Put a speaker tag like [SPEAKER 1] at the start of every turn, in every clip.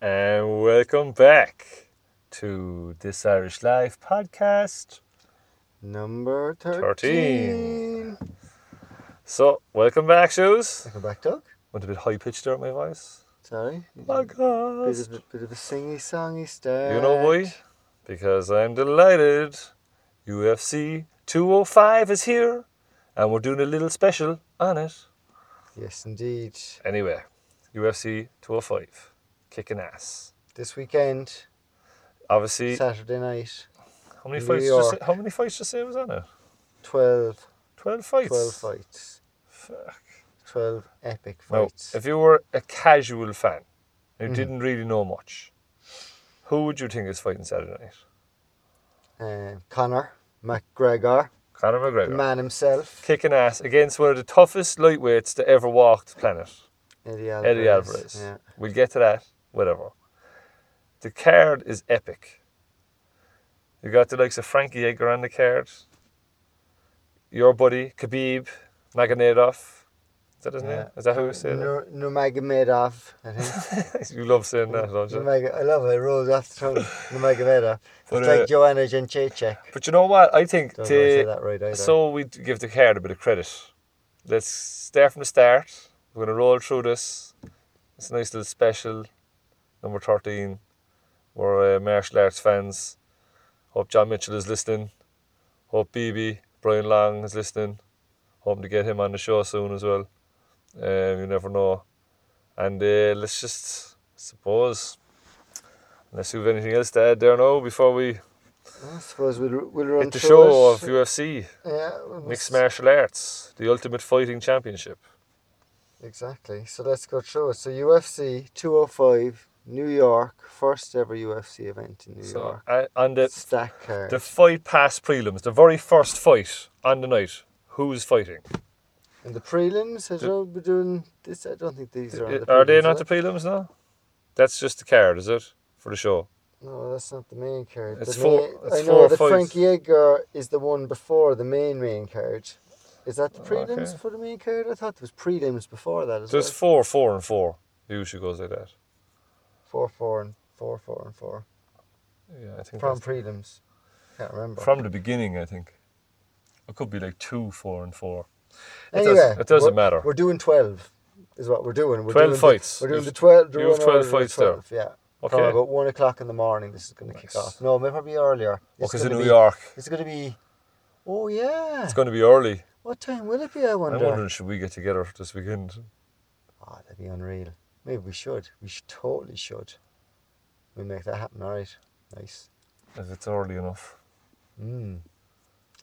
[SPEAKER 1] And welcome back to This Irish Life podcast.
[SPEAKER 2] Number 13.
[SPEAKER 1] 13. So, welcome back, Shoes.
[SPEAKER 2] Welcome back, Doug.
[SPEAKER 1] Went a bit high pitched there, my voice.
[SPEAKER 2] Sorry. Bit
[SPEAKER 1] Podcast.
[SPEAKER 2] of, bit of a singy songy start.
[SPEAKER 1] You know why? Because I'm delighted. UFC 205 is here, and we're doing a little special on it.
[SPEAKER 2] Yes, indeed.
[SPEAKER 1] Anyway, UFC 205, kicking ass.
[SPEAKER 2] This weekend,
[SPEAKER 1] Obviously,
[SPEAKER 2] Saturday night,
[SPEAKER 1] how many
[SPEAKER 2] New
[SPEAKER 1] fights? Did you say,
[SPEAKER 2] York.
[SPEAKER 1] how many fights did you say was on it?
[SPEAKER 2] 12,
[SPEAKER 1] Twelve fights.
[SPEAKER 2] 12 fights.
[SPEAKER 1] Fuck.
[SPEAKER 2] 12 epic
[SPEAKER 1] Now,
[SPEAKER 2] fights.
[SPEAKER 1] if you were a casual fan who
[SPEAKER 2] Mhm.
[SPEAKER 1] didn't really know much, who would you think is fighting Saturday night?
[SPEAKER 2] Um, Connor McGregor,
[SPEAKER 1] Conor
[SPEAKER 2] the
[SPEAKER 1] McGregor.
[SPEAKER 2] man himself,
[SPEAKER 1] Kicking ass against one of the toughest lightweights to ever walk the planet,
[SPEAKER 2] Eddie Alvarez.
[SPEAKER 1] Eddie Alvarez.
[SPEAKER 2] Yeah.
[SPEAKER 1] We'll get to that, whatever. The card is epic. You got the likes of Frankie Edgar on the card, your buddy Khabib Magomedov. Is that his name?
[SPEAKER 2] Yeah.
[SPEAKER 1] Is that how you say that?
[SPEAKER 2] Nur- Nurmagomedov, I think.
[SPEAKER 1] you love saying that, don't you?
[SPEAKER 2] Nurmag- I love it. It rolls off the tongue. Nurmagomedov.
[SPEAKER 1] But,
[SPEAKER 2] It's
[SPEAKER 1] uh,
[SPEAKER 2] like Joanna Jędrzejczyk.
[SPEAKER 1] But you know what? I think
[SPEAKER 2] Don't know if I
[SPEAKER 1] they,
[SPEAKER 2] said that right either.
[SPEAKER 1] So we d- give the card a bit of credit. Let's start from the start. We're gonna roll through this. It's a nice little special, number thirteen. We're uh, martial arts fans. Hope John Mitchell is listening. Hope BB Brian Long is listening. Hoping to get him on the show soon as well. Um, you never know. And uh, let's just suppose, unless you have anything else to add there now before we
[SPEAKER 2] I suppose we'll, we'll run
[SPEAKER 1] hit the
[SPEAKER 2] through
[SPEAKER 1] show
[SPEAKER 2] it.
[SPEAKER 1] of UFC.
[SPEAKER 2] yeah,
[SPEAKER 1] Mixed
[SPEAKER 2] let's-
[SPEAKER 1] martial arts, the ultimate fighting championship.
[SPEAKER 2] Exactly. So let's go through it. So UFC 205, New York, first ever UFC event in New
[SPEAKER 1] So,
[SPEAKER 2] York.
[SPEAKER 1] uh, on the
[SPEAKER 2] Stack card.
[SPEAKER 1] the fight pass prelims, the very first fight on the night, who's fighting?
[SPEAKER 2] and the prelims, I don't be doing this. I don't think these are. on
[SPEAKER 1] I-
[SPEAKER 2] the
[SPEAKER 1] Are, they
[SPEAKER 2] prelims,
[SPEAKER 1] not the
[SPEAKER 2] are
[SPEAKER 1] prelims now? That's just the card, is it, for the show?
[SPEAKER 2] they? No, that's not the main card.
[SPEAKER 1] It's
[SPEAKER 2] the
[SPEAKER 1] four-
[SPEAKER 2] main,
[SPEAKER 1] it's
[SPEAKER 2] I
[SPEAKER 1] four
[SPEAKER 2] know that
[SPEAKER 1] fights.
[SPEAKER 2] Frankie Edgar is the one before the main main card. Is that the
[SPEAKER 1] Okay.
[SPEAKER 2] prelims for the main card? I thought there was prelims before that as
[SPEAKER 1] There's
[SPEAKER 2] well.
[SPEAKER 1] four, four, and four. Usually goes like that.
[SPEAKER 2] Four, four, and four, four, and four
[SPEAKER 1] Yeah, I think
[SPEAKER 2] from
[SPEAKER 1] from,
[SPEAKER 2] prelims. Can't remember.
[SPEAKER 1] from the beginning, I think. It could be like two, four, and four. It
[SPEAKER 2] Anyway,
[SPEAKER 1] doesn't, it doesn't
[SPEAKER 2] we're-
[SPEAKER 1] matter.
[SPEAKER 2] We're doing twelve, is what we're doing. We're
[SPEAKER 1] 12
[SPEAKER 2] doing
[SPEAKER 1] fights.
[SPEAKER 2] The, we're doing
[SPEAKER 1] You've-
[SPEAKER 2] the twelve. the
[SPEAKER 1] you have
[SPEAKER 2] run
[SPEAKER 1] 12
[SPEAKER 2] order, the
[SPEAKER 1] fights there.
[SPEAKER 2] 12, Yeah.
[SPEAKER 1] Okay. Oh,
[SPEAKER 2] From about one o'clock in the morning, this is going to kick
[SPEAKER 1] Nice. Oh,
[SPEAKER 2] off. No, maybe probably earlier. It's
[SPEAKER 1] Because in
[SPEAKER 2] gonna
[SPEAKER 1] New
[SPEAKER 2] be-
[SPEAKER 1] York,
[SPEAKER 2] It's going to be. Oh yeah.
[SPEAKER 1] it's going to be early.
[SPEAKER 2] What time will it be? I wonder.
[SPEAKER 1] I'm wondering, should we get together this weekend?
[SPEAKER 2] Oh, that'd be unreal. Maybe we should. We should totally should. We make that happen. All right. Nice.
[SPEAKER 1] If it's early enough.
[SPEAKER 2] Mm.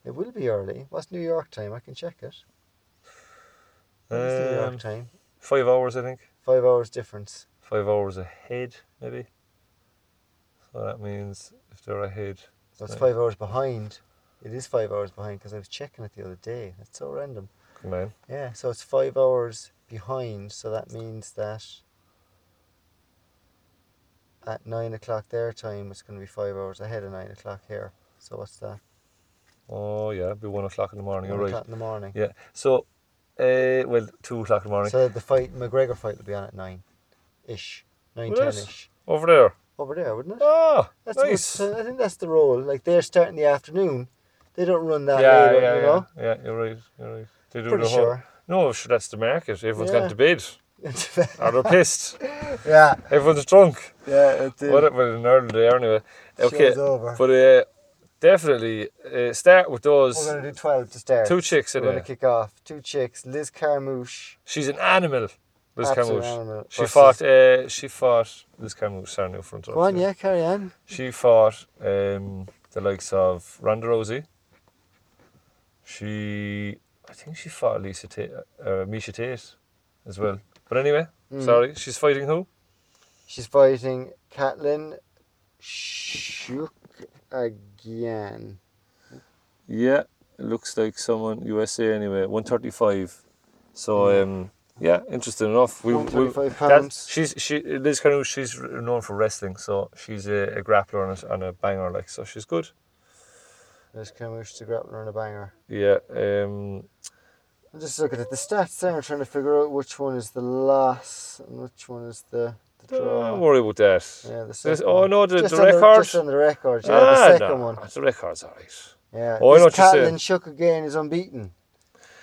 [SPEAKER 2] It will be early. What's New York time? I can check it. What is New
[SPEAKER 1] Um,
[SPEAKER 2] York time?
[SPEAKER 1] Five hours, I think.
[SPEAKER 2] Five hours difference.
[SPEAKER 1] five hours ahead, maybe. So that means if they're ahead,
[SPEAKER 2] So it's
[SPEAKER 1] Right.
[SPEAKER 2] five hours behind. It is five hours behind because I was checking it the other day. That's so random.
[SPEAKER 1] come on.
[SPEAKER 2] Yeah, so it's five hours behind. So that means that at nine o'clock their time, it's going to be five hours ahead of nine o'clock here. So what's that?
[SPEAKER 1] Oh yeah, it'd be one o'clock in the morning.
[SPEAKER 2] One
[SPEAKER 1] All right.
[SPEAKER 2] o'clock in the morning.
[SPEAKER 1] Yeah. So, uh, well, two o'clock in the morning
[SPEAKER 2] So the fight, McGregor fight, will be on at nine, ish, nine
[SPEAKER 1] Will
[SPEAKER 2] ten
[SPEAKER 1] it?
[SPEAKER 2] ish.
[SPEAKER 1] over there.
[SPEAKER 2] Over there, wouldn't it?
[SPEAKER 1] Oh,
[SPEAKER 2] That's a good
[SPEAKER 1] nice.
[SPEAKER 2] ti- I think that's the rule. Like they're starting the afternoon. They don't run that
[SPEAKER 1] yeah,
[SPEAKER 2] late,
[SPEAKER 1] yeah,
[SPEAKER 2] you
[SPEAKER 1] yeah.
[SPEAKER 2] know.
[SPEAKER 1] Yeah, you're right. You're right. They do
[SPEAKER 2] Pretty
[SPEAKER 1] the whole.
[SPEAKER 2] sure.
[SPEAKER 1] No, sure, that's the market. Everyone's
[SPEAKER 2] Yeah.
[SPEAKER 1] gone to bed. Or they're pissed.
[SPEAKER 2] yeah,
[SPEAKER 1] Everyone's drunk.
[SPEAKER 2] yeah. It did.
[SPEAKER 1] What? Well, in Ireland they are anyway. Okay.
[SPEAKER 2] Show's over.
[SPEAKER 1] But uh, definitely uh, start with
[SPEAKER 2] We're
[SPEAKER 1] those
[SPEAKER 2] going to do 12 to start.
[SPEAKER 1] two chicks
[SPEAKER 2] We're
[SPEAKER 1] in
[SPEAKER 2] going to
[SPEAKER 1] there.
[SPEAKER 2] kick off. Two chicks. Liz Carmouche.
[SPEAKER 1] She's an animal. Liz
[SPEAKER 2] absolute
[SPEAKER 1] Camus.
[SPEAKER 2] animal,
[SPEAKER 1] She
[SPEAKER 2] versus-
[SPEAKER 1] fought. Uh, she fought. This came out starting in front of.
[SPEAKER 2] Go on, yeah, carry on.
[SPEAKER 1] She fought um, the likes of Ronda Rousey. She, I think she fought Lisa Tate, uh, Misha Tate, as well. But anyway,
[SPEAKER 2] Mm.
[SPEAKER 1] sorry, she's fighting who?
[SPEAKER 2] She's fighting Catelyn Shook again.
[SPEAKER 1] Yeah, it looks like someone USA anyway. One thirty-five. So
[SPEAKER 2] Yeah.
[SPEAKER 1] um, yeah, interesting enough. We, we
[SPEAKER 2] 135
[SPEAKER 1] that,
[SPEAKER 2] Hmm. pounds.
[SPEAKER 1] she's she Liz Canoe. She's known for wrestling, so she's a, a grappler and a, and a banger like. So she's good.
[SPEAKER 2] Liz Carmouche to grappler and a banger.
[SPEAKER 1] Yeah. Um,
[SPEAKER 2] I'm just looking at the stats there and trying to figure out which one is the loss and which one is the, the draw.
[SPEAKER 1] Don't worry about that.
[SPEAKER 2] Yeah, the
[SPEAKER 1] This-
[SPEAKER 2] second
[SPEAKER 1] oh
[SPEAKER 2] one.
[SPEAKER 1] no, the,
[SPEAKER 2] just
[SPEAKER 1] the
[SPEAKER 2] on
[SPEAKER 1] record.
[SPEAKER 2] just on the record, yeah,
[SPEAKER 1] Ah,
[SPEAKER 2] the second
[SPEAKER 1] no,
[SPEAKER 2] one.
[SPEAKER 1] The record's alright.
[SPEAKER 2] Yeah,
[SPEAKER 1] Oh, I know what
[SPEAKER 2] this
[SPEAKER 1] you're saying.
[SPEAKER 2] Catalan shook again is unbeaten.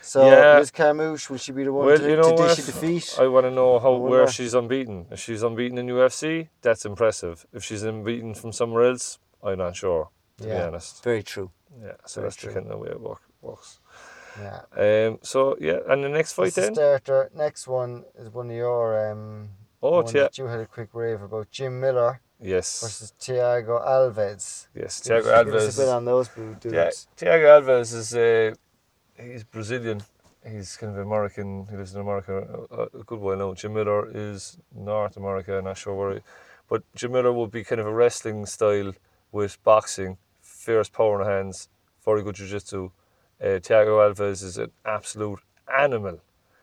[SPEAKER 2] So
[SPEAKER 1] Yeah.
[SPEAKER 2] Liz Carmouche, will she be the one
[SPEAKER 1] Well,
[SPEAKER 2] to,
[SPEAKER 1] you know
[SPEAKER 2] to
[SPEAKER 1] what?
[SPEAKER 2] dish a defeat?
[SPEAKER 1] I want to know how where
[SPEAKER 2] wonder.
[SPEAKER 1] she's unbeaten. If she's unbeaten in UFC, that's impressive. If she's unbeaten from somewhere else, I'm not sure. To be
[SPEAKER 2] Yeah.
[SPEAKER 1] honest,
[SPEAKER 2] Very true.
[SPEAKER 1] yeah. So
[SPEAKER 2] Very
[SPEAKER 1] that's the
[SPEAKER 2] true.
[SPEAKER 1] kind of way it work, works.
[SPEAKER 2] Yeah.
[SPEAKER 1] Um. So yeah, and the next fight
[SPEAKER 2] That's
[SPEAKER 1] then.
[SPEAKER 2] the starter. Next one is one of your um.
[SPEAKER 1] Oh
[SPEAKER 2] one
[SPEAKER 1] yeah.
[SPEAKER 2] that you had a quick rave about Jim Miller
[SPEAKER 1] Yes.
[SPEAKER 2] versus Thiago Alves.
[SPEAKER 1] Yes.
[SPEAKER 2] Give us-
[SPEAKER 1] Thiago
[SPEAKER 2] give us
[SPEAKER 1] Alves.
[SPEAKER 2] a bit
[SPEAKER 1] is-
[SPEAKER 2] on those blue
[SPEAKER 1] Yeah,
[SPEAKER 2] dudes.
[SPEAKER 1] Thiago Alves is uh, he's Brazilian. He's kind of American. He lives in America a, a good while now. Jim Miller is North America. I'm not sure where, he, but Jim Miller would be kind of a wrestling style with boxing, fierce power in the hands, very good jiu-jitsu. Uh, Thiago Alves is an absolute animal.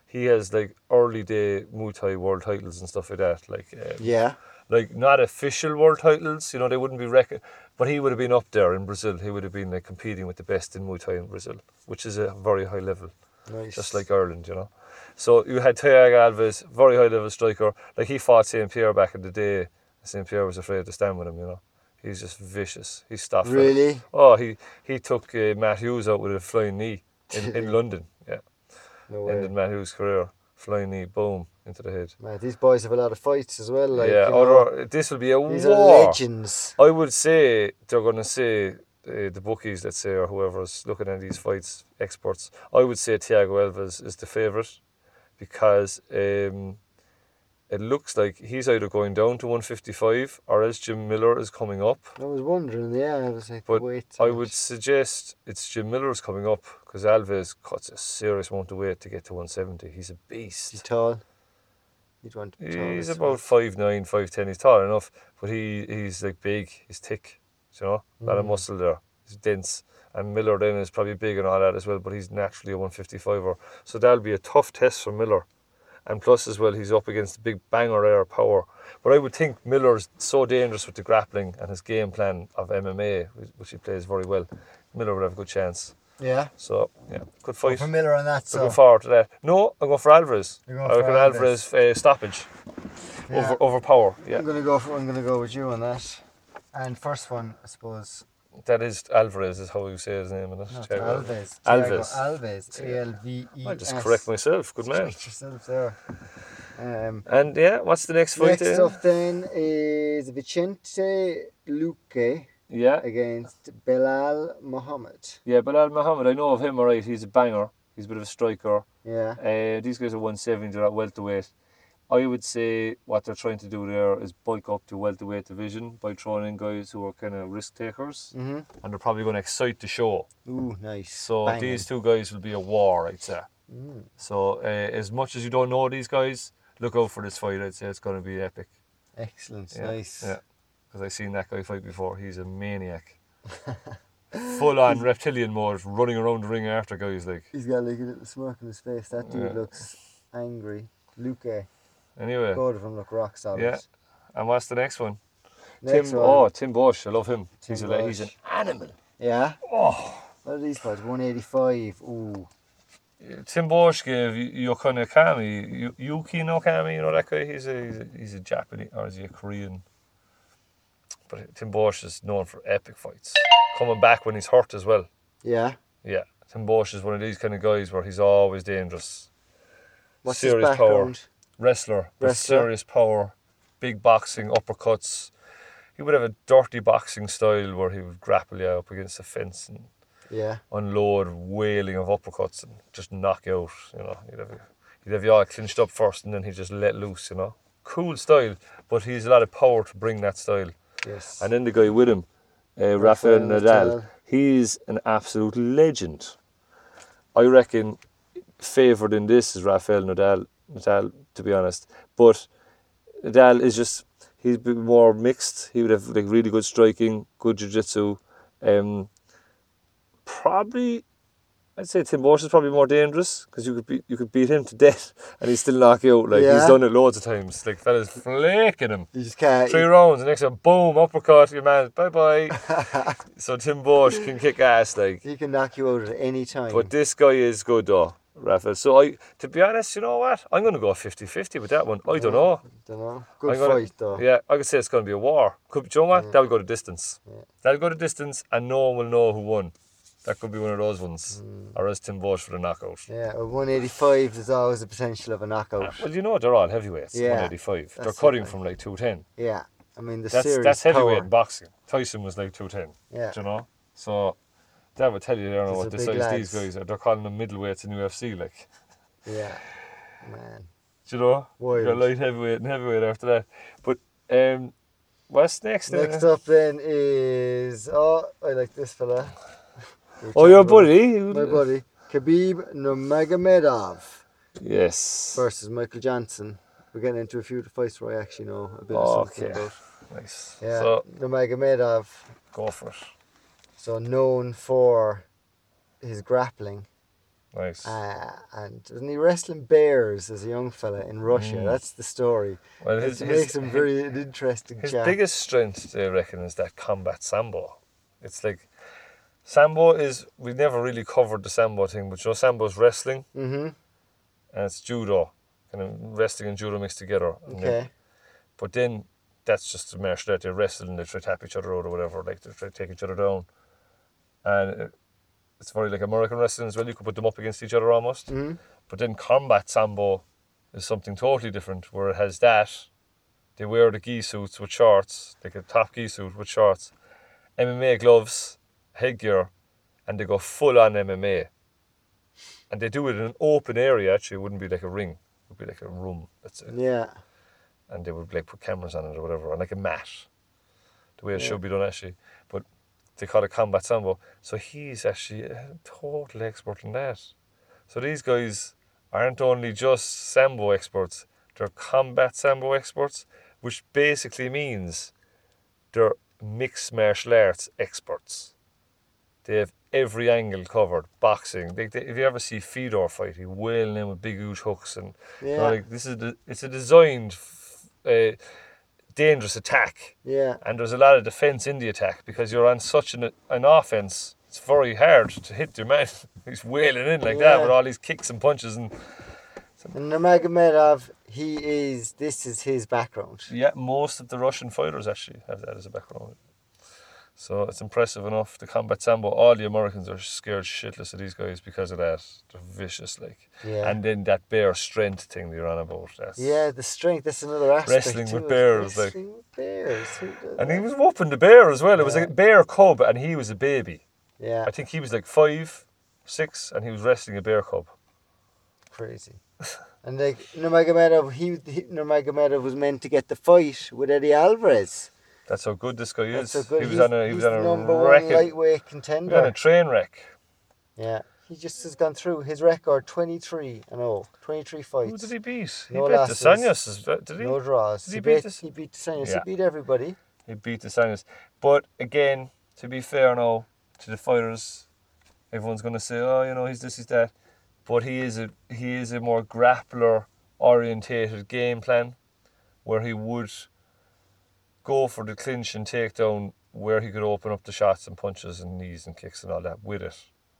[SPEAKER 1] He has like early day Muay Thai world titles and stuff like that. Like uh,
[SPEAKER 2] Yeah.
[SPEAKER 1] like not official world titles. You know, they wouldn't be rec- but he would have been up there in Brazil. He would have been like competing with the best in Muay Thai in Brazil, which is a very high level,
[SPEAKER 2] Nice.
[SPEAKER 1] just like Ireland. You know, so you had Thiago Alves, very high level striker. Like he fought Saint Pierre back in the day. Saint Pierre was afraid to stand with him. You know, he's just vicious. He stopped. for it.
[SPEAKER 2] Really?
[SPEAKER 1] Oh, he he took uh, Matt Hughes out with a flying knee in, in London. Yeah,
[SPEAKER 2] No
[SPEAKER 1] ended
[SPEAKER 2] way.
[SPEAKER 1] Matt Hughes' career. Flying knee, boom, into the head.
[SPEAKER 2] Man, these boys have a lot of fights as well. Like,
[SPEAKER 1] yeah,
[SPEAKER 2] you know,
[SPEAKER 1] other, this will be a
[SPEAKER 2] these
[SPEAKER 1] war.
[SPEAKER 2] are legends.
[SPEAKER 1] I would say they're going to say uh, the bookies, let's say, or whoever's looking at these fights, experts. I would say Thiago Alves is the favourite because um, it looks like he's either going down to 155 or else Jim Miller is coming up.
[SPEAKER 2] I was wondering. Yeah, I was like,
[SPEAKER 1] But
[SPEAKER 2] wait.
[SPEAKER 1] I would suggest it's Jim Miller's coming up because Alves cuts a serious amount of weight to get to 170. He's a
[SPEAKER 2] He's
[SPEAKER 1] beast.
[SPEAKER 2] tall. You'd want to be tall.
[SPEAKER 1] He's
[SPEAKER 2] as
[SPEAKER 1] about
[SPEAKER 2] well.
[SPEAKER 1] 5'9, 5'10. He's tall enough, but he, he's like big, he's thick, you know, a lot of
[SPEAKER 2] Mm.
[SPEAKER 1] muscle there. He's dense. And Miller then is probably big and all that as well, but he's naturally a 155er. So that'll be a tough test for Miller. And plus, as well, he's up against a big banger air power. But I would think Miller's so dangerous with the grappling and his game plan of MMA, which- which he plays very well. Miller would have a good chance.
[SPEAKER 2] Yeah.
[SPEAKER 1] So, yeah, good
[SPEAKER 2] Go
[SPEAKER 1] fight.
[SPEAKER 2] for Miller on that.
[SPEAKER 1] Looking
[SPEAKER 2] So.
[SPEAKER 1] forward to that. No, I'm going for Alvarez.
[SPEAKER 2] You're going
[SPEAKER 1] I
[SPEAKER 2] for
[SPEAKER 1] reckon Alvarez,
[SPEAKER 2] Alvarez.
[SPEAKER 1] uh, stoppage.
[SPEAKER 2] Yeah.
[SPEAKER 1] Over, overpower, yeah.
[SPEAKER 2] I'm gonna go. For, I'm gonna go with you on that. And first one, I suppose.
[SPEAKER 1] That is Alvarez, is how you say his name, isn't
[SPEAKER 2] No,
[SPEAKER 1] it?
[SPEAKER 2] it's
[SPEAKER 1] Thiago Alves.
[SPEAKER 2] Alves. Thiago Alves. A L V E S.
[SPEAKER 1] I just correct myself, good man.
[SPEAKER 2] Correct yourself there. Um,
[SPEAKER 1] And yeah, what's the next fight
[SPEAKER 2] Next
[SPEAKER 1] then?
[SPEAKER 2] up then is Vicente Luque
[SPEAKER 1] Yeah,
[SPEAKER 2] against Belal Muhammad.
[SPEAKER 1] yeah, Bilal Muhammad, I know of him, alright. He's a banger, he's a bit of a striker.
[SPEAKER 2] Yeah.
[SPEAKER 1] Uh, these guys are 170, they're at welterweight. I would say what they're trying to do there is bulk up the welterweight division by throwing in guys who are kind of risk takers,
[SPEAKER 2] hmm
[SPEAKER 1] and they're probably going to excite the show.
[SPEAKER 2] Ooh, nice.
[SPEAKER 1] So
[SPEAKER 2] Banging.
[SPEAKER 1] these two guys will be a war, I'd say.
[SPEAKER 2] Mm.
[SPEAKER 1] So uh, as much as you don't know these guys, look out for this fight. I'd say it's going to be epic.
[SPEAKER 2] Excellent.
[SPEAKER 1] Yeah,
[SPEAKER 2] Nice.
[SPEAKER 1] Yeah, because I've seen that guy fight before. He's a maniac. Full on reptilian mode, running around the ring after guys like.
[SPEAKER 2] He's got like a little smirk on his face. That dude
[SPEAKER 1] Yeah.
[SPEAKER 2] looks angry. Luque.
[SPEAKER 1] Anyway,
[SPEAKER 2] Both of them look rock solid.
[SPEAKER 1] Yeah. and what's the next one?
[SPEAKER 2] Next
[SPEAKER 1] Tim.
[SPEAKER 2] one.
[SPEAKER 1] Oh, Tim Bosch. I love him.
[SPEAKER 2] Tim
[SPEAKER 1] he's a le- he's an
[SPEAKER 2] Bosch.
[SPEAKER 1] animal.
[SPEAKER 2] Yeah.
[SPEAKER 1] Oh,
[SPEAKER 2] What are these fights? 185. Ooh.
[SPEAKER 1] Tim Bosch gave Y- Yoko Nakami, Yu- Yuki Nakami. You know that guy. He's a he's a, he's a Japanese or is he a Korean? But Tim Bosch is known for epic fights. Coming back when he's hurt as well.
[SPEAKER 2] Yeah.
[SPEAKER 1] Yeah, Tim Bosch is one of these kind of guys where he's always dangerous.
[SPEAKER 2] What's
[SPEAKER 1] Serious
[SPEAKER 2] his
[SPEAKER 1] power.
[SPEAKER 2] background?
[SPEAKER 1] Wrestler, with
[SPEAKER 2] Wrestler.
[SPEAKER 1] serious power, big boxing, uppercuts. He would have a dirty boxing style where he would grapple you up against the fence and
[SPEAKER 2] Yeah.
[SPEAKER 1] unload wailing of uppercuts and just knock you out. You know, he'd have, you- he'd have you all clinched up first and then he'd just let loose. You know, cool style, but he's a lot of power to bring that style.
[SPEAKER 2] Yes.
[SPEAKER 1] And then the guy with him, uh, Rafael
[SPEAKER 2] Rafael
[SPEAKER 1] Nadal,
[SPEAKER 2] Nadal.
[SPEAKER 1] he's an absolute legend. I reckon favoured in this is Rafael Nadal, Nadal, to be honest. But Nadal is just, he's been more mixed. He would have like really good striking, good jiu-jitsu. Um, probably, I'd say Tim Bosch is probably more dangerous because you could beat you could beat him to death and he'd still knock you out. Like he's
[SPEAKER 2] Yeah.
[SPEAKER 1] done it loads of times. Like fellas flaking him
[SPEAKER 2] you just can't.
[SPEAKER 1] three rounds, and next one, boom, uppercut, your man, bye bye. so Tim Bosch can kick ass, like.
[SPEAKER 2] He can knock you out at any time.
[SPEAKER 1] But this guy is good, though. Rafael. So I, to be honest, you know what? I'm going to go 50-50 with that one. I don't know.
[SPEAKER 2] Don't know. Good
[SPEAKER 1] I'm gonna-
[SPEAKER 2] fight though.
[SPEAKER 1] Yeah, I could say it's going to be a war. Could be, do you know what?
[SPEAKER 2] Yeah.
[SPEAKER 1] That'll go to distance.
[SPEAKER 2] Yeah.
[SPEAKER 1] That'll go to distance, and no one will know who won. That could be one of those ones, or else Tim Bosch for the knockout.
[SPEAKER 2] Mm. Yeah, at 185, there's always the potential of a knockout.
[SPEAKER 1] Well, you know they're all heavyweights.
[SPEAKER 2] Yeah,
[SPEAKER 1] 185. They're
[SPEAKER 2] that's
[SPEAKER 1] cutting
[SPEAKER 2] it, like-
[SPEAKER 1] from like 210.
[SPEAKER 2] Yeah, I mean the
[SPEAKER 1] That's
[SPEAKER 2] serious
[SPEAKER 1] that's heavyweight
[SPEAKER 2] power.
[SPEAKER 1] boxing. Tyson was like 210.
[SPEAKER 2] Yeah,
[SPEAKER 1] Do you know? So that would tell you they don't know
[SPEAKER 2] These
[SPEAKER 1] what
[SPEAKER 2] are
[SPEAKER 1] the
[SPEAKER 2] big
[SPEAKER 1] size
[SPEAKER 2] lads.
[SPEAKER 1] these guys are. They're calling them middleweights in UFC. Like,
[SPEAKER 2] yeah, man.
[SPEAKER 1] do you know?
[SPEAKER 2] Wild.
[SPEAKER 1] You're light heavyweight and heavyweight after that. But um, what's next? uh? then?
[SPEAKER 2] Next up then is oh, I like this fella. We were
[SPEAKER 1] oh, your
[SPEAKER 2] talking
[SPEAKER 1] buddy.
[SPEAKER 2] about- my buddy, Khabib Nurmagomedov
[SPEAKER 1] Yes.
[SPEAKER 2] versus Michael Johnson. We're getting into a few fights where I actually know a bit
[SPEAKER 1] Oh,
[SPEAKER 2] of something
[SPEAKER 1] okay.
[SPEAKER 2] about.
[SPEAKER 1] Nice.
[SPEAKER 2] Yeah,
[SPEAKER 1] So
[SPEAKER 2] Nurmagomedov,
[SPEAKER 1] go for it.
[SPEAKER 2] so known for his grappling.
[SPEAKER 1] Nice.
[SPEAKER 2] Uh, and wasn't he wrestling bears as a young fella in Russia?
[SPEAKER 1] Mm.
[SPEAKER 2] That's the story.
[SPEAKER 1] well,
[SPEAKER 2] It
[SPEAKER 1] his, his,
[SPEAKER 2] makes him
[SPEAKER 1] his,
[SPEAKER 2] very an interesting
[SPEAKER 1] his
[SPEAKER 2] chap.
[SPEAKER 1] biggest strength, they reckon, is that combat sambo. It's like sambo is we never really covered the sambo thing, but you know sambo's wrestling
[SPEAKER 2] Mm-hmm.
[SPEAKER 1] and it's judo, kind of wrestling and judo mixed together. And then-
[SPEAKER 2] Okay.
[SPEAKER 1] but then that's just a martial art. They wrestle and they try to tap each other out or whatever, like they try to take each other down, and. It, it's very like American wrestling as well. You could put them up against each other almost.
[SPEAKER 2] hmm
[SPEAKER 1] But then combat sambo is something totally different, where it has that. They wear the gi suits with shorts, like a top gi suit with shorts, MMA gloves, headgear, and they go full on MMA. And they do it in an open area. Actually, it wouldn't be like a ring; it would be like a room. That's it.
[SPEAKER 2] Yeah.
[SPEAKER 1] And they would like put cameras on it or whatever, and like a mat, the way it
[SPEAKER 2] Yeah.
[SPEAKER 1] should be done actually. But they call it combat sambo. So he's actually a total expert in that. So these guys aren't only just sambo experts, they're combat sambo experts, which basically means they're mixed martial arts experts. They have every angle covered. Boxing. They, they, if you ever see Fedor fight, he wailing in with big huge hooks, and you know,
[SPEAKER 2] Yeah.
[SPEAKER 1] like, this is the, it's a designed, f- uh, dangerous attack
[SPEAKER 2] Yeah.
[SPEAKER 1] and there's a lot of defence in the attack because you're on such an, an offence. It's very hard to hit your man. He's wailing in like that
[SPEAKER 2] Yeah.
[SPEAKER 1] with all these kicks and punches and
[SPEAKER 2] And Nurmagomedov, he is. This is his background.
[SPEAKER 1] yeah, most of the Russian fighters actually have that as a background. So it's impressive enough. The combat sambo, all the Americans are scared shitless of these guys because of that. They're vicious, like.
[SPEAKER 2] Yeah.
[SPEAKER 1] And then that bear strength thing that you're on about. That's,
[SPEAKER 2] yeah, the strength. That's another aspect.
[SPEAKER 1] Wrestling with
[SPEAKER 2] too, is
[SPEAKER 1] bears, like-
[SPEAKER 2] Wrestling with bears. Who does
[SPEAKER 1] And
[SPEAKER 2] that?
[SPEAKER 1] he was whooping the bear as well. It was
[SPEAKER 2] Yeah.
[SPEAKER 1] a bear cub, and he was a baby.
[SPEAKER 2] yeah.
[SPEAKER 1] I think he was like five, six, and he was wrestling a bear cub.
[SPEAKER 2] Crazy. And like Nurmagomedov, he, he Nurmagomedov was meant to get the fight with Eddie Alvarez.
[SPEAKER 1] That's how good this guy is.
[SPEAKER 2] That's so good.
[SPEAKER 1] He was
[SPEAKER 2] he's,
[SPEAKER 1] on a he
[SPEAKER 2] he's
[SPEAKER 1] was on a
[SPEAKER 2] number
[SPEAKER 1] wreck.
[SPEAKER 2] one
[SPEAKER 1] He
[SPEAKER 2] lightweight
[SPEAKER 1] was on
[SPEAKER 2] contender.
[SPEAKER 1] a train wreck.
[SPEAKER 2] Yeah. He just has gone through his record 23 and all, 23 fights.
[SPEAKER 1] Who did he beat? He
[SPEAKER 2] No
[SPEAKER 1] beat the
[SPEAKER 2] losses.
[SPEAKER 1] Sanyas. is that- Did he?
[SPEAKER 2] No draws.
[SPEAKER 1] Did
[SPEAKER 2] He,
[SPEAKER 1] he beat
[SPEAKER 2] beat,
[SPEAKER 1] this-
[SPEAKER 2] he beat the Saints.
[SPEAKER 1] Yeah.
[SPEAKER 2] He beat everybody.
[SPEAKER 1] He beat the Sanyas. But again, to be fair now to the fighters, everyone's going to say, oh, you know, he's this, he's that. But he is a he is a more grappler orientated game plan, where he would go for the clinch and takedown, where he could open up the shots and punches and knees and kicks and all that with it.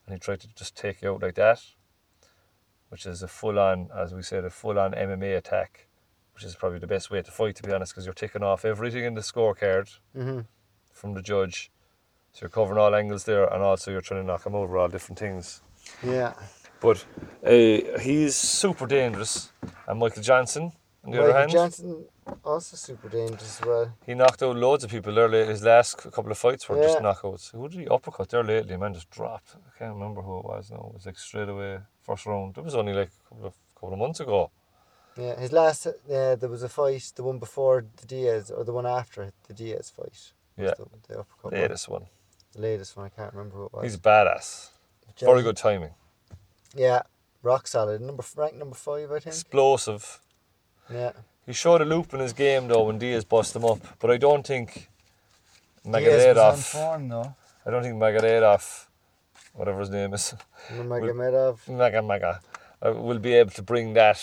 [SPEAKER 1] And he tried to just take you out like that, which is a full on, as we said, a full on MMA attack, which is probably the best way to fight, to be honest, because you're taking off everything in the scorecard
[SPEAKER 2] Mm-hmm.
[SPEAKER 1] from the judge. So you're covering all angles there, and also you're trying to knock him over all different things.
[SPEAKER 2] Yeah.
[SPEAKER 1] But uh, he's super dangerous. And Michael Johnson, on the other
[SPEAKER 2] Michael
[SPEAKER 1] hand,
[SPEAKER 2] Johnson, also super dangerous as well.
[SPEAKER 1] he knocked out loads of people there. late- His last c- couple of fights were just
[SPEAKER 2] Yeah.
[SPEAKER 1] knockouts. Who did he uppercut there lately? Man, just dropped. I can't remember who it was now. It was like straight away, first round. It was only like a couple of, couple of months ago.
[SPEAKER 2] Yeah. His last, uh, there was a fight, the one before the Diaz, or the one after the Diaz fight. was
[SPEAKER 1] Yeah.
[SPEAKER 2] The, the uppercut one.
[SPEAKER 1] Latest one.
[SPEAKER 2] The latest one, I can't remember who it was.
[SPEAKER 1] He's a badass. Very
[SPEAKER 2] Johnson-
[SPEAKER 1] good timing.
[SPEAKER 2] Yeah. Rock solid. Number Ranked number five, I think.
[SPEAKER 1] Explosive.
[SPEAKER 2] Yeah.
[SPEAKER 1] He showed a loop in his game though when Diaz bust him up, but I don't think
[SPEAKER 2] Diaz was on
[SPEAKER 1] Magaladov.
[SPEAKER 2] form, though.
[SPEAKER 1] I don't think Magaladov, whatever his name is,
[SPEAKER 2] Nurmagomedov.
[SPEAKER 1] Maga Maga, uh, will be able to bring that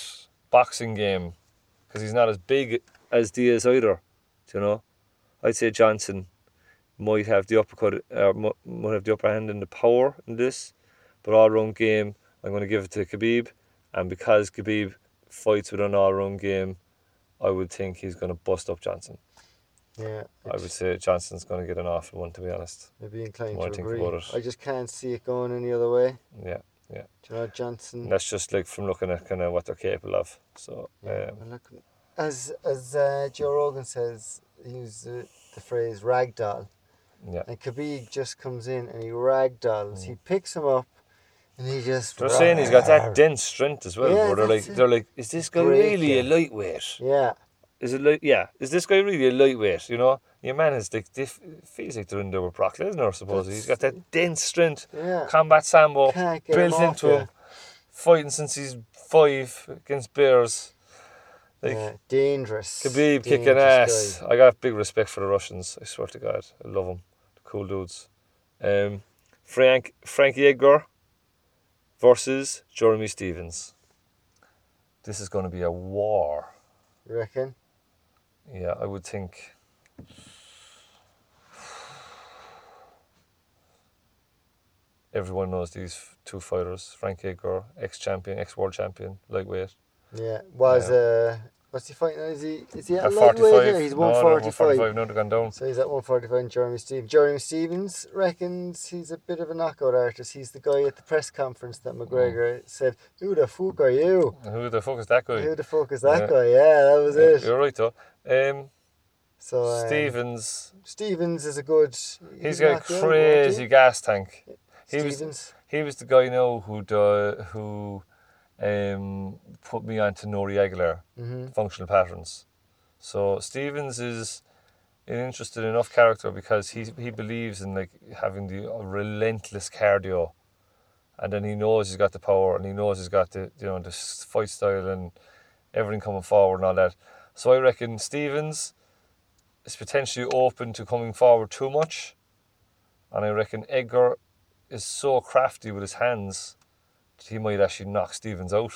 [SPEAKER 1] boxing game because he's not as big as Diaz either. Do you know? I'd say Johnson might have the uppercut, uh, mu- might have the upper hand in the power in this, but all round game I'm going to give it to Khabib. And because Khabib fights with an all round game, I would think he's going to bust up Johnson.
[SPEAKER 2] Yeah,
[SPEAKER 1] I would say Johnson's going to get an awful one, to be honest.
[SPEAKER 2] I'd be inclined
[SPEAKER 1] What
[SPEAKER 2] to
[SPEAKER 1] I think
[SPEAKER 2] agree.
[SPEAKER 1] about it.
[SPEAKER 2] I just can't see it going any other way.
[SPEAKER 1] Yeah.
[SPEAKER 2] Do you know
[SPEAKER 1] And
[SPEAKER 2] Johnson?
[SPEAKER 1] that's just like from looking at kind of what they're capable of. So,
[SPEAKER 2] Yeah,
[SPEAKER 1] um,
[SPEAKER 2] well, look, as as uh, Joe Rogan says, he used the, the phrase ragdoll,
[SPEAKER 1] yeah.
[SPEAKER 2] and Khabib just comes in and he ragdolls. He picks him up, and he just.
[SPEAKER 1] They're Hmm. saying he's got
[SPEAKER 2] rawr.
[SPEAKER 1] that dense strength as well.
[SPEAKER 2] Yeah,
[SPEAKER 1] where they're like,
[SPEAKER 2] that's it.
[SPEAKER 1] they're like, is this guy
[SPEAKER 2] Great,
[SPEAKER 1] really a
[SPEAKER 2] yeah.
[SPEAKER 1] lightweight?
[SPEAKER 2] Yeah,
[SPEAKER 1] Is it like, yeah, is this guy really a lightweight? You know, your man is like, they f- feels like they're in there with Brock Lesnar, I suppose. he's got that dense strength,
[SPEAKER 2] yeah.
[SPEAKER 1] combat sambo
[SPEAKER 2] Can't get him
[SPEAKER 1] built
[SPEAKER 2] off
[SPEAKER 1] into
[SPEAKER 2] you.
[SPEAKER 1] him, fighting since he's five against bears. Like,
[SPEAKER 2] yeah, dangerous.
[SPEAKER 1] Khabib kicking
[SPEAKER 2] dangerous
[SPEAKER 1] ass.
[SPEAKER 2] guy.
[SPEAKER 1] I got big respect for the Russians. I swear to God, I love them. They're cool dudes. Um, Frank Frankie Edgar versus Jeremy Stevens. This is going to be a war.
[SPEAKER 2] You reckon?
[SPEAKER 1] Yeah, I would think. Everyone knows these f- two fighters. Frankie Edgar, ex-champion, ex-world champion, lightweight.
[SPEAKER 2] Yeah. Was
[SPEAKER 1] Yeah.
[SPEAKER 2] uh, what's he fighting? now? Is he is he at,
[SPEAKER 1] At
[SPEAKER 2] lightweight?
[SPEAKER 1] 45,
[SPEAKER 2] Yeah, he's
[SPEAKER 1] no,
[SPEAKER 2] one
[SPEAKER 1] no,
[SPEAKER 2] forty five.
[SPEAKER 1] 145, no, they've gone down.
[SPEAKER 2] So he's at 145 and Jeremy Stevens. Jeremy Stevens reckons he's a bit of a knockout artist. He's the guy at the press conference that McGregor
[SPEAKER 1] Hmm.
[SPEAKER 2] said, Who the fuck are you?
[SPEAKER 1] Who the fuck is that guy?
[SPEAKER 2] Who the fuck is that
[SPEAKER 1] Yeah.
[SPEAKER 2] guy? Yeah, that was
[SPEAKER 1] Yeah,
[SPEAKER 2] it.
[SPEAKER 1] You're right though. Um,
[SPEAKER 2] So um,
[SPEAKER 1] Stevens,
[SPEAKER 2] Stevens is a good.
[SPEAKER 1] he's
[SPEAKER 2] a
[SPEAKER 1] got a crazy gas tank. He was-
[SPEAKER 2] Stevens.
[SPEAKER 1] He was the guy now who do, who um, put me onto Nori Aguilar
[SPEAKER 2] hmm
[SPEAKER 1] functional patterns. So Stevens is an interesting enough character because he he believes in like having the relentless cardio, and then he knows he's got the power and he knows he's got the you know the s- fight style and everything coming forward and all that. So I reckon Stevens is potentially open to coming forward too much, and I reckon Edgar is so crafty with his hands that he might actually knock Stevens out.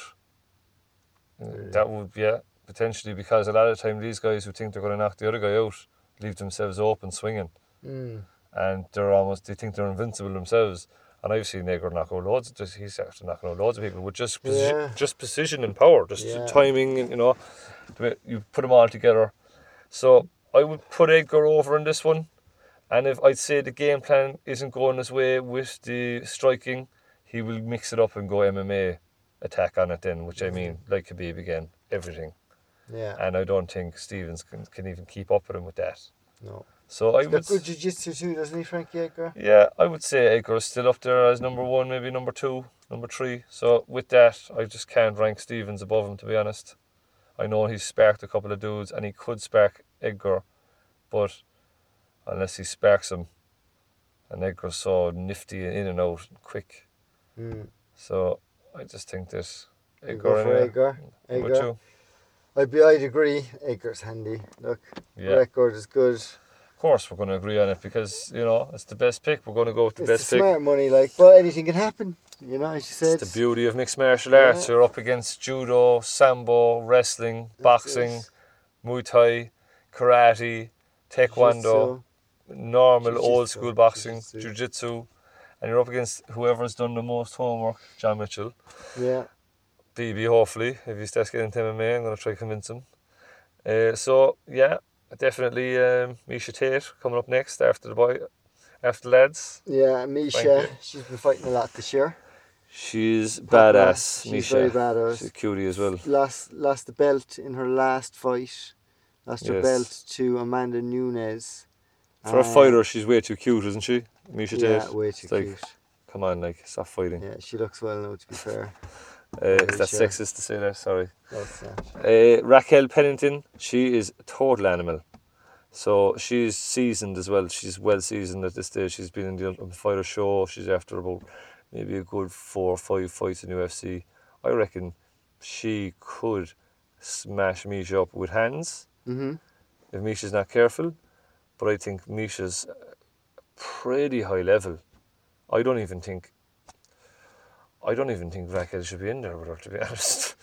[SPEAKER 1] Uh,
[SPEAKER 2] Really?
[SPEAKER 1] That would yeah potentially because a lot of the time these guys who think they're going to knock the other guy out leave themselves open swinging
[SPEAKER 2] Mm.
[SPEAKER 1] and they're almost they think they're invincible themselves. And I've seen Negro knock out loads. Of, he's actually knocking out loads of people with just preci-
[SPEAKER 2] Yeah.
[SPEAKER 1] just precision and power, just
[SPEAKER 2] Yeah.
[SPEAKER 1] timing, and you know, to make- you put them all together. So I would put Edgar over in this one, and if I'd say the game plan isn't going his way with the striking, he will mix it up and go MMA attack on it then, which I mean, like Khabib again, everything.
[SPEAKER 2] Yeah,
[SPEAKER 1] And I don't think Stevens can, can even keep up with him with that.
[SPEAKER 2] no.
[SPEAKER 1] So I
[SPEAKER 2] He's
[SPEAKER 1] would.
[SPEAKER 2] got good jiu jitsu too, doesn't he, Frankie Edgar?
[SPEAKER 1] Yeah, I would say Edgar is still up there as number one, maybe number two, number three. So with that, I just can't rank Stevens above him to be honest. I know he's sparked a couple of dudes and he could spark Edgar, but unless he sparks him, and Edgar's so nifty and in and out and quick.
[SPEAKER 2] Mm.
[SPEAKER 1] So I just think this
[SPEAKER 2] You go
[SPEAKER 1] Edgar
[SPEAKER 2] for
[SPEAKER 1] anyway.
[SPEAKER 2] Edgar.
[SPEAKER 1] number
[SPEAKER 2] Edgar.
[SPEAKER 1] two.
[SPEAKER 2] I'd, be, I'd agree. Edgar's handy. Look,
[SPEAKER 1] Yeah,
[SPEAKER 2] record is good.
[SPEAKER 1] of course we're going to agree on it because you know it's the best pick. We're going to go with the
[SPEAKER 2] it's
[SPEAKER 1] best
[SPEAKER 2] the
[SPEAKER 1] pick.
[SPEAKER 2] smart money, like, but anything can happen. You know, as you said.
[SPEAKER 1] It's the beauty of mixed martial
[SPEAKER 2] Yeah.
[SPEAKER 1] arts. You're up against judo, sambo, wrestling, boxing,
[SPEAKER 2] That's
[SPEAKER 1] Muay Thai, karate,
[SPEAKER 2] it.
[SPEAKER 1] taekwondo, normal
[SPEAKER 2] Jiu-jitsu,
[SPEAKER 1] old school boxing,
[SPEAKER 2] jiu-jitsu.
[SPEAKER 1] jiu jitsu, and you're up against whoever's done the most homework. John Mitchell,
[SPEAKER 2] Jiu-jitsu. Yeah,
[SPEAKER 1] BB, hopefully. If he starts getting into MMA, I'm going to try to convince him. Uh, so, yeah, definitely um, Misha Tate coming up next after the boy, after the lads.
[SPEAKER 2] yeah. and
[SPEAKER 1] Thank
[SPEAKER 2] Misha,
[SPEAKER 1] you.
[SPEAKER 2] she's been fighting a lot this year.
[SPEAKER 1] She's
[SPEAKER 2] Papa,
[SPEAKER 1] badass,
[SPEAKER 2] she's
[SPEAKER 1] Misha.
[SPEAKER 2] very badass.
[SPEAKER 1] She's a cutie as well.
[SPEAKER 2] Lost, lost the belt in her last fight. Lost her
[SPEAKER 1] Yes.
[SPEAKER 2] belt to Amanda Nunes.
[SPEAKER 1] For a
[SPEAKER 2] Uh,
[SPEAKER 1] fighter, she's way too cute, isn't she? Misha
[SPEAKER 2] yeah,
[SPEAKER 1] Tate.
[SPEAKER 2] way too
[SPEAKER 1] It's like,
[SPEAKER 2] cute.
[SPEAKER 1] Come on, like, stop fighting.
[SPEAKER 2] Yeah, she looks well now. To be fair,
[SPEAKER 1] Uh, is that
[SPEAKER 2] Misha.
[SPEAKER 1] sexist to say that? Sorry.
[SPEAKER 2] that's not.
[SPEAKER 1] Uh, Raquel Pennington, she is a total animal. So she's seasoned as well. She's well seasoned at this stage. She's been in the Ultimate Fighter show. She's after about maybe a good four or five fights in UFC. I reckon she could smash Misha up with hands
[SPEAKER 2] Mm-hmm.
[SPEAKER 1] if Misha's not careful. But I think Misha's pretty high level. I don't even think. I don't even think Raquel should be in there with her, to be honest.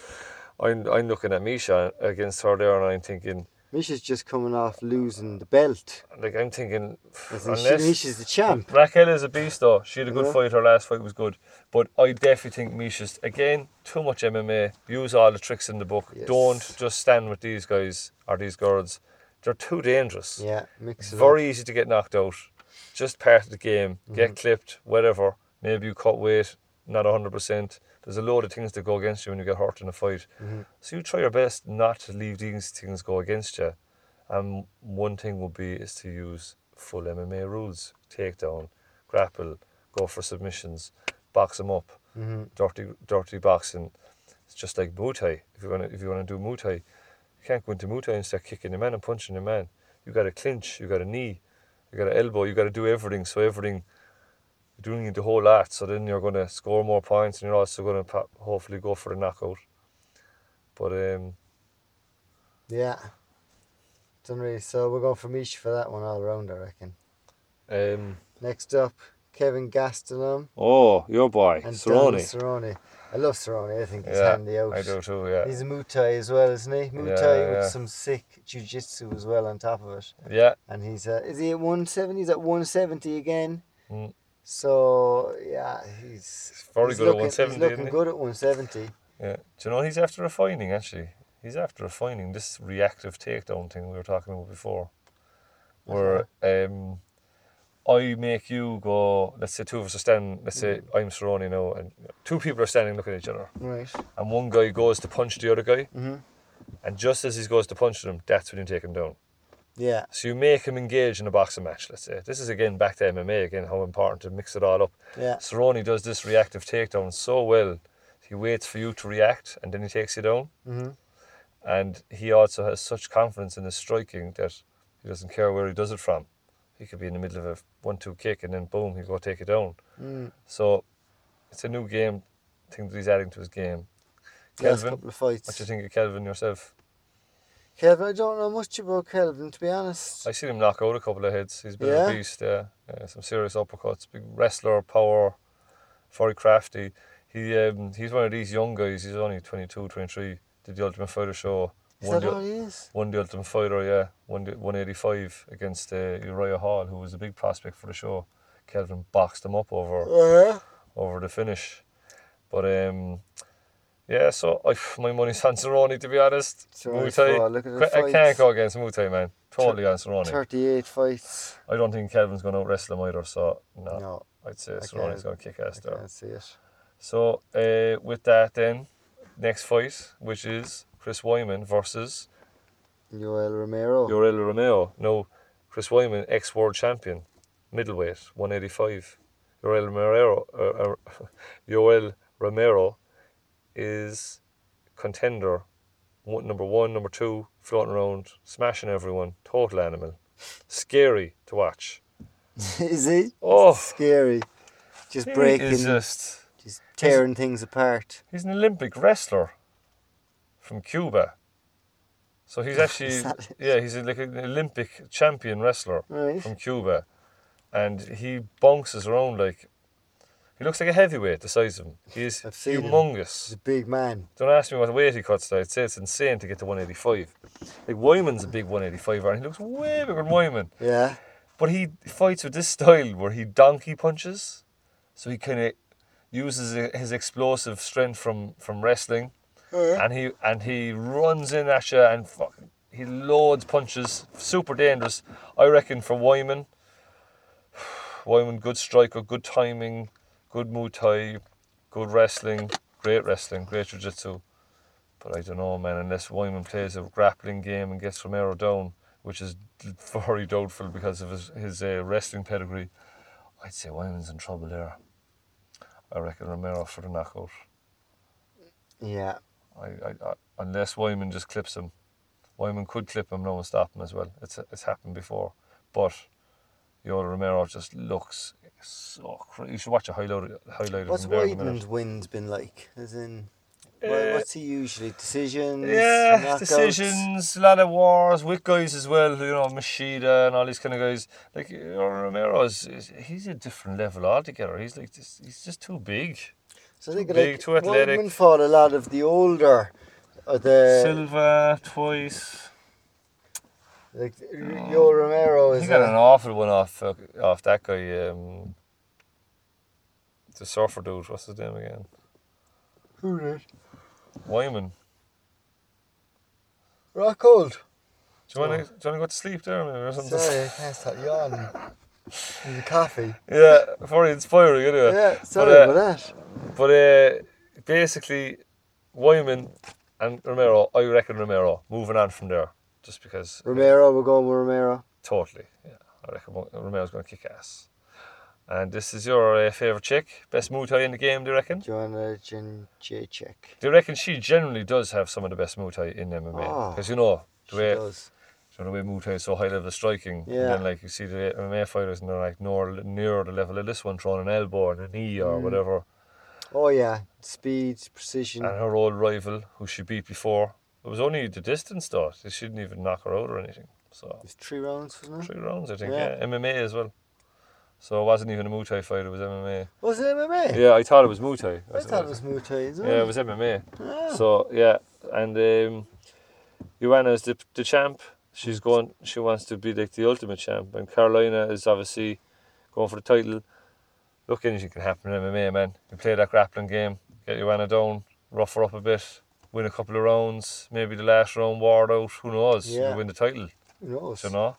[SPEAKER 1] I'm, I'm looking at Misha against her there and I'm thinking,
[SPEAKER 2] Misha's just coming off losing the belt.
[SPEAKER 1] Like I'm thinking,
[SPEAKER 2] As in, she,
[SPEAKER 1] unless
[SPEAKER 2] Misha's the champ.
[SPEAKER 1] Raquel is a beast though. She had a good
[SPEAKER 2] Yeah.
[SPEAKER 1] fight. Her last fight was good, but I definitely think Misha's again too much MMA. Use all the tricks in the book.
[SPEAKER 2] Yes.
[SPEAKER 1] Don't just stand with these guys or these girls. They're too dangerous.
[SPEAKER 2] Yeah, mix it up.
[SPEAKER 1] Very easy to get knocked out. Just part of the game.
[SPEAKER 2] Mm.
[SPEAKER 1] Get clipped, whatever. Maybe you cut weight, not 100%. There's a load of things that go against you when you get hurt in a fight.
[SPEAKER 2] Mm-hmm.
[SPEAKER 1] So you try your best not to leave these things go against you. And one thing would be is to use full MMA rules. Takedown, grapple, go for submissions, box them up.
[SPEAKER 2] Mm-hmm.
[SPEAKER 1] Dirty, dirty boxing. It's just like Muay Thai. If you want to, if you want to do Muay Thai, you can't go into Muay Thai and start kicking your man and punching your man. You got to clinch. You got to knee. You got to elbow. You got to do everything. So everything, you're doing the whole lot. So then you're going to score more points, and you're also going to hopefully go for the knockout. But um,
[SPEAKER 2] Yeah. Done really. So we're going for Misha for that one all round, I reckon.
[SPEAKER 1] um,
[SPEAKER 2] Next up, Kevin Gastelum
[SPEAKER 1] oh, your boy,
[SPEAKER 2] and Donald
[SPEAKER 1] Cerrone.
[SPEAKER 2] Cerrone. I love Cerrone. I think he's
[SPEAKER 1] Yeah,
[SPEAKER 2] handy out.
[SPEAKER 1] I do too. Yeah,
[SPEAKER 2] He's a Muay Thai as well, isn't he? Muay
[SPEAKER 1] Yeah,
[SPEAKER 2] Thai with
[SPEAKER 1] yeah.
[SPEAKER 2] some sick jiu-jitsu as well on top of it.
[SPEAKER 1] yeah.
[SPEAKER 2] And he's uh, is he at 170? He's at 170 again.
[SPEAKER 1] Mm.
[SPEAKER 2] So yeah, he's
[SPEAKER 1] He's very
[SPEAKER 2] he's
[SPEAKER 1] good at
[SPEAKER 2] looking-
[SPEAKER 1] 170,
[SPEAKER 2] He's looking
[SPEAKER 1] isn't he?
[SPEAKER 2] good at 170.
[SPEAKER 1] Yeah. Do you know he's after refining actually? He's after refining this reactive takedown thing we were talking about before. Where um I make you go let's say two of us are standing let's say I'm Cerrone now and two people are standing looking at each other
[SPEAKER 2] Right.
[SPEAKER 1] and one guy goes to punch the other guy
[SPEAKER 2] Mm-hmm.
[SPEAKER 1] and just as he goes to punch him, that's when you take him down.
[SPEAKER 2] Yeah.
[SPEAKER 1] So you make him engage in a boxing match, let's say. This is again back to MMA again, how important to mix it all up.
[SPEAKER 2] Yeah.
[SPEAKER 1] Cerrone does this reactive takedown so well. He waits for you to react and then he takes you down.
[SPEAKER 2] Mm-hmm.
[SPEAKER 1] And he also has such confidence in his striking that he doesn't care where he does it from. He could be in the middle of a one two kick and then boom, he'll go take it down.
[SPEAKER 2] Mm.
[SPEAKER 1] So it's a new game thing that he's adding to his game.
[SPEAKER 2] Last
[SPEAKER 1] Kelvin,
[SPEAKER 2] couple of fights.
[SPEAKER 1] What do you think of Kelvin yourself?
[SPEAKER 2] Kelvin, I don't know much about Kelvin to be honest.
[SPEAKER 1] I seen him knock out a couple of hits. He's been
[SPEAKER 2] Yeah?
[SPEAKER 1] a beast, yeah. yeah. Some serious uppercuts. Big wrestler, power, very crafty. He um, he's one of these young guys. He's only 22, 23. Did the Ultimate Fighter show.
[SPEAKER 2] Is
[SPEAKER 1] won
[SPEAKER 2] that
[SPEAKER 1] the-
[SPEAKER 2] all he is?
[SPEAKER 1] won the Ultimate Fighter, yeah, won the 185 against uh, Uriah Hall, who was a big prospect for the show. Kelvin boxed him up over
[SPEAKER 2] Uh,
[SPEAKER 1] over the finish, but um, yeah. So I, my money's on Cerrone to be honest. Muay
[SPEAKER 2] Cerrone's
[SPEAKER 1] Thai-
[SPEAKER 2] fought, look at the
[SPEAKER 1] Qu- I can't
[SPEAKER 2] fights.
[SPEAKER 1] go against Muay Thai, man. Totally on Cerrone.
[SPEAKER 2] 38 fights.
[SPEAKER 1] I don't think Kelvin's going to out wrestle him either. So no,
[SPEAKER 2] No,
[SPEAKER 1] I'd say
[SPEAKER 2] I
[SPEAKER 1] Cerrone's
[SPEAKER 2] can't-
[SPEAKER 1] going to kick ass
[SPEAKER 2] I
[SPEAKER 1] there.
[SPEAKER 2] can't see it.
[SPEAKER 1] So uh, with that, then next fight, which is Chris Wyman versus
[SPEAKER 2] Yoel Romero.
[SPEAKER 1] Yorel Romeo. No, Chris Wyman, ex world champion, middleweight, 185. Yorel Romero, uh, uh, Yoel Romero is contender, one, number one, number two, floating around, smashing everyone, total animal. Scary to watch.
[SPEAKER 2] is he?
[SPEAKER 1] Oh,
[SPEAKER 2] Scary. Just
[SPEAKER 1] he
[SPEAKER 2] breaking,
[SPEAKER 1] is just.
[SPEAKER 2] just tearing things apart.
[SPEAKER 1] He's an Olympic wrestler from Cuba. So he's actually,
[SPEAKER 2] Is that it? Mm,
[SPEAKER 1] yeah, he's like an Olympic champion wrestler.
[SPEAKER 2] Right.
[SPEAKER 1] from Cuba, and he bounces around like he looks like a heavyweight the size of him. He's
[SPEAKER 2] I've seen him. He's
[SPEAKER 1] humongous.
[SPEAKER 2] a big man.
[SPEAKER 1] Don't ask me what weight he cuts. Though. I'd say it's insane to get to 185. Like Wyman's a big 185, and he looks way bigger than Wyman.
[SPEAKER 2] Yeah.
[SPEAKER 1] But he fights with this style where he donkey punches, so he kind of uses his explosive strength from from wrestling and he and he runs in at you and fucking he loads punches, super dangerous. I reckon for Wyman, Wyman good striker, good timing, good Muay Thai, good wrestling, great wrestling, great jiu-jitsu. But I don't know, man. Unless Wyman plays a grappling game and gets Romero down, which is very doubtful because of his his uh, wrestling pedigree, I'd say Wyman's in trouble there. I reckon Romero for the knockout.
[SPEAKER 2] Yeah.
[SPEAKER 1] I, I, I, unless Wyman just clips him. Wyman could clip him now and stop him as well. It's it's happened before. But Yoel Romero just looks so crazy. You should watch a highlight, highlight
[SPEAKER 2] What's
[SPEAKER 1] of him there in a
[SPEAKER 2] Weidman's
[SPEAKER 1] minute.
[SPEAKER 2] wins been like? As in, wha-
[SPEAKER 1] Uh,
[SPEAKER 2] what's he usually? Decisions?
[SPEAKER 1] Yeah,
[SPEAKER 2] knockouts?
[SPEAKER 1] decisions, a lot of wars with guys as well, you know, Machida and all these kind of guys. Like, Yoel Romero, is, is, he's a different level altogether. He's like, this, he's just too big.
[SPEAKER 2] So I think
[SPEAKER 1] Too
[SPEAKER 2] like,
[SPEAKER 1] big, too athletic.
[SPEAKER 2] Weidman fought a lot of uh, the older, or the
[SPEAKER 1] Silva, twice.
[SPEAKER 2] Like Yo Romero
[SPEAKER 1] He
[SPEAKER 2] is
[SPEAKER 1] got
[SPEAKER 2] a,
[SPEAKER 1] an awful one off uh, off that guy, um, the surfer dude. What's his name again?
[SPEAKER 2] who did
[SPEAKER 1] Wyman.
[SPEAKER 2] rock cold.
[SPEAKER 1] Do you want to do you want to go to sleep there maybe or something?
[SPEAKER 2] Sorry, I can't stop yawning. Need a coffee.
[SPEAKER 1] Yeah, very inspiring anyway.
[SPEAKER 2] Yeah, sorry
[SPEAKER 1] but, uh,
[SPEAKER 2] about that.
[SPEAKER 1] But uh, basically, Wyman and Romero. I reckon Romero. Moving on from there, just because.
[SPEAKER 2] Romero, we're going with Romero.
[SPEAKER 1] Totally. Yeah, I reckon Mo- Romero's going to kick ass. And this is your uh, favorite chick, best Muay Thai in the game. Do you reckon?
[SPEAKER 2] Joanna Jin Jacek.
[SPEAKER 1] Do you reckon she generally does have some of the best Muay Thai in MMA?
[SPEAKER 2] Oh,
[SPEAKER 1] Because you know the
[SPEAKER 2] She
[SPEAKER 1] way
[SPEAKER 2] does.
[SPEAKER 1] you know, the way Muay Thai is so high level of striking. And
[SPEAKER 2] Yeah.
[SPEAKER 1] then like you see the MMA fighters and they're like nor near the level of this one throwing an elbow and a knee or
[SPEAKER 2] Mm.
[SPEAKER 1] whatever.
[SPEAKER 2] Oh yeah, speed, precision.
[SPEAKER 1] And her old rival who she beat before, it was only the distance though. They shouldn't even knock her out or anything. So
[SPEAKER 2] It's three rounds, wasn't it?
[SPEAKER 1] three rounds I think. Yeah.
[SPEAKER 2] Yeah.
[SPEAKER 1] MMA as well. So it wasn't even a Muay Thai fight. It was MMA.
[SPEAKER 2] Was it MMA?
[SPEAKER 1] Yeah, I thought it was Muay Thai.
[SPEAKER 2] I thought it was Muay Thai, isn't
[SPEAKER 1] Yeah, it
[SPEAKER 2] it?
[SPEAKER 1] was MMA.
[SPEAKER 2] Yeah.
[SPEAKER 1] So yeah, and um, Joanna is the, the champ. She's going. She wants to be like the ultimate champ, and Carolina is obviously going for the title. Look, anything can happen in MMA, man. You play that grappling game, get Joanna down, rough her up a bit, win a couple of rounds, maybe the last round ward out. Who knows?
[SPEAKER 2] Yeah.
[SPEAKER 1] You win the title.
[SPEAKER 2] Who knows?
[SPEAKER 1] You know.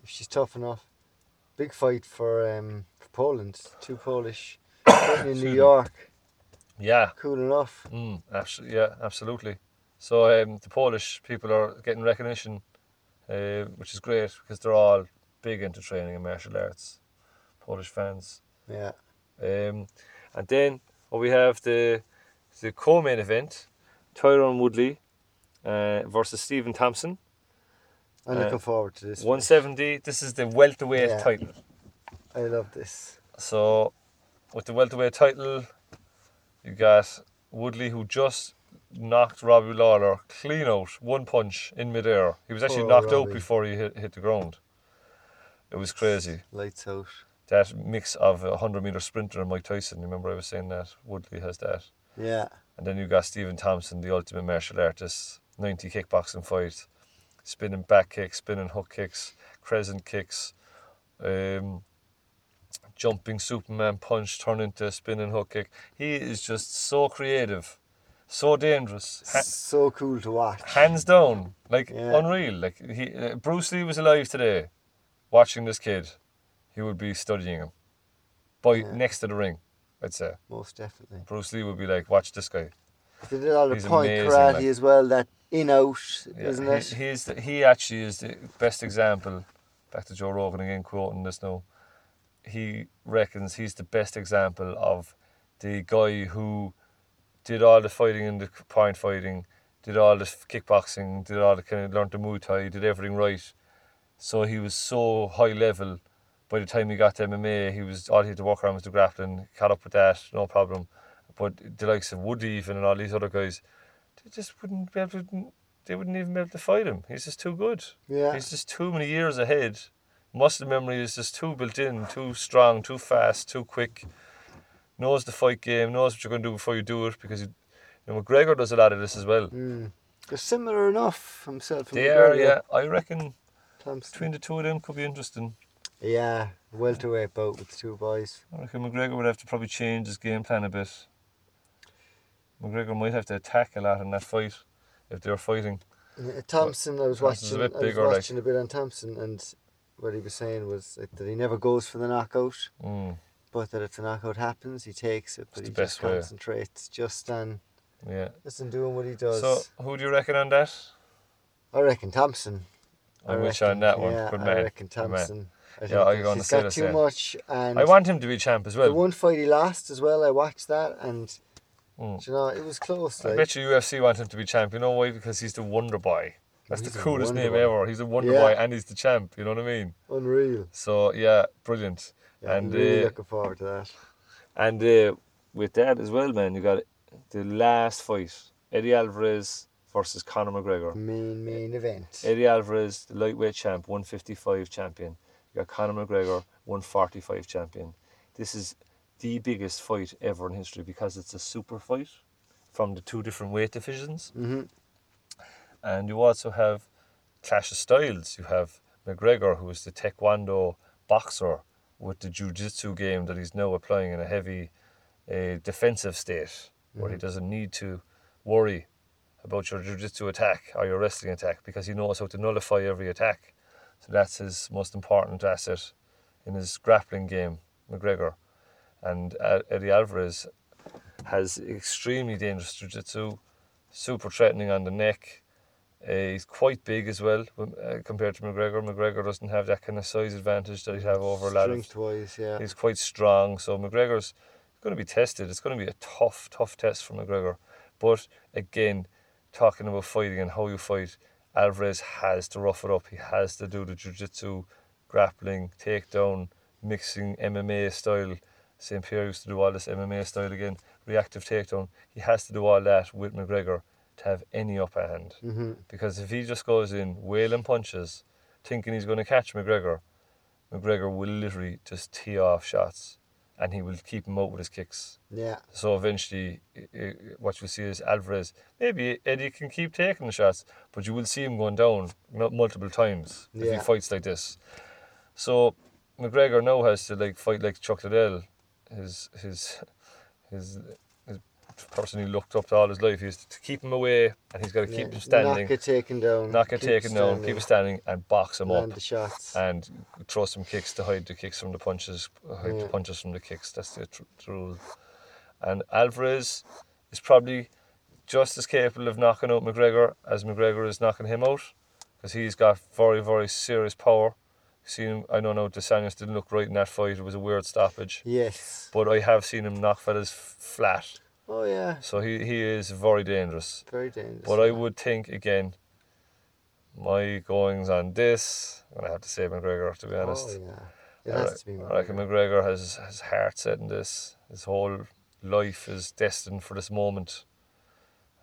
[SPEAKER 2] If she's tough enough. Big fight for um for Poland. Two Polish fighting in
[SPEAKER 1] Excuse
[SPEAKER 2] New
[SPEAKER 1] me.
[SPEAKER 2] York.
[SPEAKER 1] Yeah.
[SPEAKER 2] Cool enough.
[SPEAKER 1] Mm, absolutely. Yeah. Absolutely. So um, the Polish people are getting recognition, uh, which is great because they're all big into training and martial arts. Polish fans.
[SPEAKER 2] Yeah.
[SPEAKER 1] Um, and then we have the the co-main event, Tyrone Woodley uh, versus Stephen Thompson.
[SPEAKER 2] I'm
[SPEAKER 1] Uh,
[SPEAKER 2] looking forward to this. one.
[SPEAKER 1] 170. This is the welterweight
[SPEAKER 2] Yeah.
[SPEAKER 1] title.
[SPEAKER 2] I love this.
[SPEAKER 1] So with the welterweight title, you got Woodley who just knocked Robbie Lawler clean out, one punch in midair. He was actually
[SPEAKER 2] Poor
[SPEAKER 1] knocked out
[SPEAKER 2] Robbie.
[SPEAKER 1] before he hit, hit the ground. It was crazy.
[SPEAKER 2] Lights out.
[SPEAKER 1] That mix of a 100 meter sprinter and Mike Tyson. Remember, I was saying that Woodley has that.
[SPEAKER 2] Yeah.
[SPEAKER 1] And then you got Stephen Thompson, the ultimate martial artist, 90 kickboxing fight, spinning back kicks, spinning hook kicks, crescent kicks, um, jumping Superman punch, turn into a spinning hook kick. He is just so creative, so dangerous. Ha-
[SPEAKER 2] so cool to watch.
[SPEAKER 1] hands down, like
[SPEAKER 2] Yeah.
[SPEAKER 1] unreal. Like he, uh, Bruce Lee was alive today, watching this kid, he would be studying him, by
[SPEAKER 2] Yeah.
[SPEAKER 1] next to the ring, I'd say.
[SPEAKER 2] Most definitely.
[SPEAKER 1] Bruce Lee would be like, watch this guy.
[SPEAKER 2] They did all the
[SPEAKER 1] He's
[SPEAKER 2] point
[SPEAKER 1] amazing,
[SPEAKER 2] karate
[SPEAKER 1] like-
[SPEAKER 2] as well, that in out,
[SPEAKER 1] Yeah,
[SPEAKER 2] isn't
[SPEAKER 1] he,
[SPEAKER 2] it?
[SPEAKER 1] He, is the, he actually is the best example. Back to Joe Rogan again, quoting this now. He reckons he's the best example of the guy who did all the fighting and the point fighting, did all the kickboxing, did all the kind of learned the Muay Thai, did everything right. So he was so high level. By the time he got to MMA, he was all he had to walk around was the grappling. Caught up with that, no problem. But the likes of Woody even and all these other guys, they just wouldn't be able to, they wouldn't even be able to fight him. He's just too good.
[SPEAKER 2] yeah.
[SPEAKER 1] He's just too many years ahead. Muscle memory is just too built in, too strong, too fast, too quick. Knows the fight game, knows what you're going to do before you do it because you, you know, McGregor does a lot of this as well.
[SPEAKER 2] Mm. They're similar enough, himself and
[SPEAKER 1] They are,
[SPEAKER 2] McGregor,
[SPEAKER 1] yeah. I reckon
[SPEAKER 2] Thompson.
[SPEAKER 1] between the two of them could be interesting.
[SPEAKER 2] Yeah, welterweight bout with the two boys.
[SPEAKER 1] I reckon McGregor would have to probably change his game plan a bit. McGregor might have to attack a lot in that fight if they're fighting.
[SPEAKER 2] Uh, Thompson, I
[SPEAKER 1] Thompson's
[SPEAKER 2] was
[SPEAKER 1] a
[SPEAKER 2] watching,
[SPEAKER 1] bit
[SPEAKER 2] I was
[SPEAKER 1] bigger, like-
[SPEAKER 2] watching a bit on Thompson, and what he was saying was like, that he never goes for the knockout,
[SPEAKER 1] Mm,
[SPEAKER 2] but that if the knockout happens, he takes it, but
[SPEAKER 1] the
[SPEAKER 2] he just
[SPEAKER 1] best way.
[SPEAKER 2] concentrates just on
[SPEAKER 1] yeah.
[SPEAKER 2] just on doing what he does.
[SPEAKER 1] So, who do you reckon on that?
[SPEAKER 2] I reckon Thompson.
[SPEAKER 1] I, wish on that one.
[SPEAKER 2] Yeah,
[SPEAKER 1] Good
[SPEAKER 2] I
[SPEAKER 1] man.
[SPEAKER 2] reckon
[SPEAKER 1] Good man.
[SPEAKER 2] Thompson. I
[SPEAKER 1] Yeah, I
[SPEAKER 2] think
[SPEAKER 1] go on
[SPEAKER 2] he's
[SPEAKER 1] the
[SPEAKER 2] got
[SPEAKER 1] Silas
[SPEAKER 2] too
[SPEAKER 1] there.
[SPEAKER 2] much, and
[SPEAKER 1] I want him to be champ as
[SPEAKER 2] the
[SPEAKER 1] well.
[SPEAKER 2] one fight he lost as well. I watched that, and
[SPEAKER 1] Mm.
[SPEAKER 2] do you know it was close.
[SPEAKER 1] I
[SPEAKER 2] Like,
[SPEAKER 1] bet you UFC want him to be champ. You know why? Because he's the Wonder Boy. That's
[SPEAKER 2] He's
[SPEAKER 1] the
[SPEAKER 2] a
[SPEAKER 1] coolest
[SPEAKER 2] wonder
[SPEAKER 1] name
[SPEAKER 2] boy.
[SPEAKER 1] ever. He's the Wonder
[SPEAKER 2] Yeah.
[SPEAKER 1] Boy and he's the champ. You know what I mean?
[SPEAKER 2] unreal.
[SPEAKER 1] So yeah, brilliant.
[SPEAKER 2] Yeah,
[SPEAKER 1] And,
[SPEAKER 2] I'm really
[SPEAKER 1] uh,
[SPEAKER 2] looking forward to that.
[SPEAKER 1] And uh, with that as well, man, you got the last fight: Eddie Alvarez versus Conor McGregor.
[SPEAKER 2] Main main event.
[SPEAKER 1] Eddie Alvarez, the lightweight champ, 155 champion. You got Conor McGregor, 145 champion. This is the biggest fight ever in history because it's a super fight from the two different weight divisions.
[SPEAKER 2] Mhm.
[SPEAKER 1] And you also have clash of styles. You have McGregor, who is the taekwondo boxer, with the jiu-jitsu game that he's now applying in a heavy uh, defensive state, where he doesn't need to worry about your jiu-jitsu attack or your wrestling attack because he knows how to nullify every attack. So that's his most important asset in his grappling game, McGregor. And uh, Eddie Alvarez has extremely dangerous jiu-jitsu, super threatening on the neck. Uh, he's quite big as well when- uh, compared to McGregor. McGregor doesn't have that kind of size advantage that he'd have over a lot of
[SPEAKER 2] Strength wise, yeah.
[SPEAKER 1] He's quite strong, so McGregor's going to be tested. It's going to be a tough, tough test for McGregor. But again, talking about fighting and how you fight, Alvarez has to rough it up. He has to do the jiu-jitsu, grappling, takedown, mixing MMA style. St. Pierre used to do all this MMA style again, reactive takedown. He has to do all that with McGregor to have any upper hand. Because if he just goes in wailing punches, thinking he's going to catch McGregor, McGregor will literally just tee off shots and he will keep him out with his kicks.
[SPEAKER 2] Yeah.
[SPEAKER 1] So eventually, i- i- what you'll see is Alvarez, maybe Eddie can keep taking the shots, but you will see him going down mu- multiple times if he
[SPEAKER 2] Yeah.
[SPEAKER 1] fights like this. So McGregor now has to like fight like Chuck Liddell, his his his his person he looked up to all his life. He has to keep him away, and he's got to
[SPEAKER 2] yeah.
[SPEAKER 1] keep him standing,
[SPEAKER 2] Knock it taken down.
[SPEAKER 1] knock it
[SPEAKER 2] keep
[SPEAKER 1] taken down, keep him
[SPEAKER 2] standing,
[SPEAKER 1] standing, and box him up Uh,
[SPEAKER 2] Land the shots.
[SPEAKER 1] and throw some kicks to hide the kicks from the punches, hide
[SPEAKER 2] Yeah.
[SPEAKER 1] the punches from the kicks. That's the, tr- the rule. And Alvarez is probably just as capable of knocking out McGregor as McGregor is knocking him out, because he's got very, very serious power. Seen him, I don't know, DeSantis didn't look right in that fight. It was a weird stoppage.
[SPEAKER 2] Yes.
[SPEAKER 1] But I have seen him knock fellas f- flat.
[SPEAKER 2] Oh yeah.
[SPEAKER 1] So he, he is very dangerous.
[SPEAKER 2] Very dangerous.
[SPEAKER 1] But I would think again, my goings on this, I'm gonna have to say McGregor to be honest.
[SPEAKER 2] Oh yeah. It
[SPEAKER 1] I
[SPEAKER 2] has
[SPEAKER 1] re-
[SPEAKER 2] to be.
[SPEAKER 1] I reckon
[SPEAKER 2] Mourinho.
[SPEAKER 1] McGregor has his heart set in this. His whole life is destined for this moment.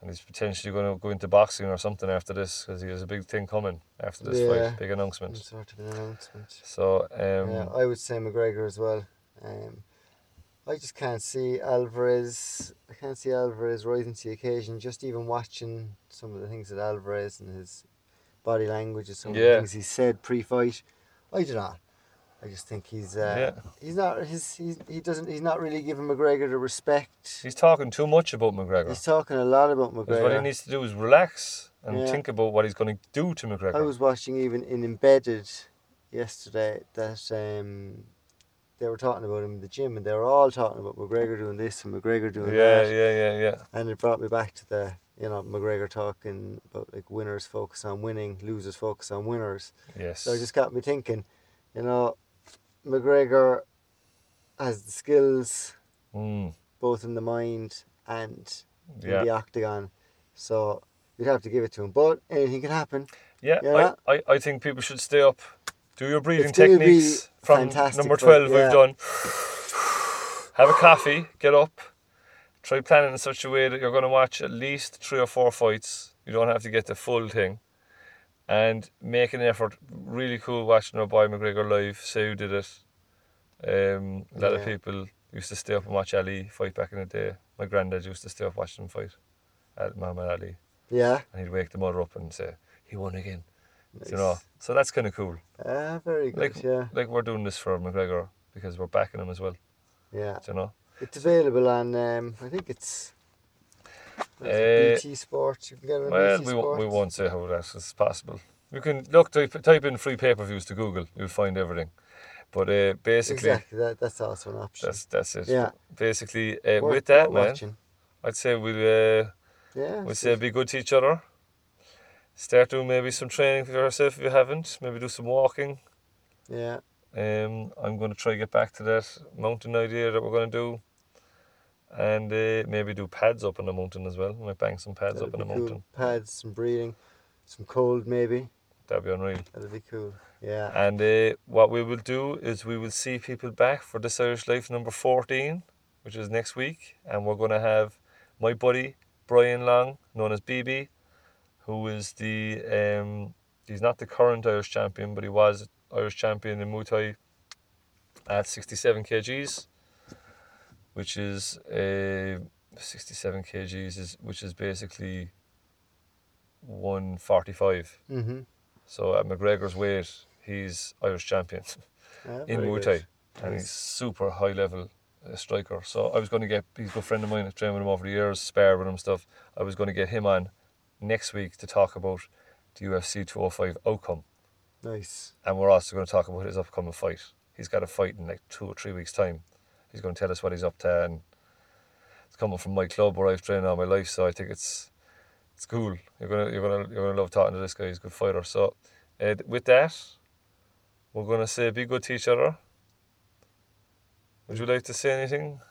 [SPEAKER 1] And he's potentially going to go into boxing or something after this because he has a big thing coming after this
[SPEAKER 2] Yeah.
[SPEAKER 1] fight, big
[SPEAKER 2] Some
[SPEAKER 1] announcement.
[SPEAKER 2] sort of an announcement.
[SPEAKER 1] So,
[SPEAKER 2] yeah,
[SPEAKER 1] um,
[SPEAKER 2] I would say McGregor as well. Um, I just can't see Alvarez. I can't see Alvarez rising to the occasion. Just even watching some of the things that Alvarez and his body language and some of
[SPEAKER 1] Yeah.
[SPEAKER 2] the things he said pre-fight, I do not. I just think he's uh,
[SPEAKER 1] Yeah.
[SPEAKER 2] he's not his he's, he doesn't he's not really giving McGregor the respect.
[SPEAKER 1] he's talking too much about McGregor.
[SPEAKER 2] He's talking a lot about
[SPEAKER 1] 'Cause what he
[SPEAKER 2] McGregor.
[SPEAKER 1] needs to do is relax and
[SPEAKER 2] Yeah.
[SPEAKER 1] think about what he's going to do to McGregor.
[SPEAKER 2] I was watching even in embedded yesterday that um, they were talking about him in the gym and they were all talking about McGregor doing this and McGregor doing
[SPEAKER 1] yeah,
[SPEAKER 2] that.
[SPEAKER 1] yeah, yeah, yeah.
[SPEAKER 2] And it brought me back to the, you know, McGregor talking about like winners focus on winning, losers focus on winners.
[SPEAKER 1] Yes.
[SPEAKER 2] So it just got me thinking, you know, McGregor has the skills
[SPEAKER 1] mm,
[SPEAKER 2] both in the mind and
[SPEAKER 1] yeah.
[SPEAKER 2] in the octagon. So you'd have to give it to him. But anything can happen.
[SPEAKER 1] Yeah,
[SPEAKER 2] Yeah.
[SPEAKER 1] I, I, I think people should stay up, do your breathing
[SPEAKER 2] It's gonna be
[SPEAKER 1] techniques from
[SPEAKER 2] fantastic,
[SPEAKER 1] number
[SPEAKER 2] but
[SPEAKER 1] 12
[SPEAKER 2] yeah.
[SPEAKER 1] we've done. Have a coffee, get up, try planning in such a way that you're going to watch at least three or four fights. You don't have to get the full thing. And make an effort. Really cool watching our boy McGregor live, see who did it. Um, a lot of
[SPEAKER 2] Yeah.
[SPEAKER 1] people used to stay up and watch Ali fight back in the day. My granddad used to stay up watching him fight, Al- Muhammad Ali.
[SPEAKER 2] Yeah.
[SPEAKER 1] And he'd wake the mother up and say, he won again.
[SPEAKER 2] Nice.
[SPEAKER 1] You know, so that's kind of cool.
[SPEAKER 2] Ah, very good.
[SPEAKER 1] Like-
[SPEAKER 2] yeah.
[SPEAKER 1] Like we're doing this for McGregor because we're backing him as well.
[SPEAKER 2] Yeah.
[SPEAKER 1] do You know,
[SPEAKER 2] It's available on, um, I think it's what is
[SPEAKER 1] Eh,
[SPEAKER 2] it, BT Sport. You can get it on
[SPEAKER 1] well,
[SPEAKER 2] BT
[SPEAKER 1] we,
[SPEAKER 2] Sport.
[SPEAKER 1] won't- we won't say how that is possible. You can look type, type in free pay per views to Google. You'll find everything. But uh, basically,
[SPEAKER 2] Exactly. That, that's also an option.
[SPEAKER 1] that's that's it.
[SPEAKER 2] Yeah.
[SPEAKER 1] Basically, uh,
[SPEAKER 2] Worth-
[SPEAKER 1] with that
[SPEAKER 2] worth
[SPEAKER 1] man,
[SPEAKER 2] watching.
[SPEAKER 1] I'd say we'll uh,
[SPEAKER 2] Yeah.
[SPEAKER 1] we'll
[SPEAKER 2] it's
[SPEAKER 1] say be good to each other. Start doing maybe some training for yourself if you haven't. Maybe do some walking.
[SPEAKER 2] just- Yeah.
[SPEAKER 1] Um, I'm going to try to get back to that mountain idea that we're going to do. And uh, maybe do pads up on the mountain as well. Might bang some pads
[SPEAKER 2] That'd
[SPEAKER 1] up on
[SPEAKER 2] be
[SPEAKER 1] the mountain.
[SPEAKER 2] cool. Pads, some breathing, some cold maybe.
[SPEAKER 1] That'd be unreal.
[SPEAKER 2] That'd be cool. Yeah.
[SPEAKER 1] And uh, what we will do is we will see people back for This Irish Life number 14, which is next week. And we're going to have my buddy, Brian Long, known as BB, who is the, um, he's not the current Irish champion, but he was Irish champion in Muay Thai at 67 kgs, which is uh, 67 kgs, is, which is basically 145.
[SPEAKER 2] Mhm.
[SPEAKER 1] So at McGregor's weight, he's Irish champion
[SPEAKER 2] Yeah,
[SPEAKER 1] in
[SPEAKER 2] Ah, very
[SPEAKER 1] Muay
[SPEAKER 2] good.
[SPEAKER 1] Thai, and
[SPEAKER 2] Nice.
[SPEAKER 1] he's super high level uh, striker. So I was going to get he's a good friend of mine. I trained with him over the years, spar with him stuff. I was going to get him on next week to talk about the UFC 205 outcome,
[SPEAKER 2] Nice.
[SPEAKER 1] and we're also going to talk about his upcoming fight. He's got a fight in like two or three weeks' time. He's going to tell us what he's up to, and it's coming from my club where I've trained all my life, so I think it's it's cool. You're gonna you're gonna you're gonna love talking to this guy. He's a good fighter. So, uh, with that, we're gonna say be good to each other. Would you like to say anything?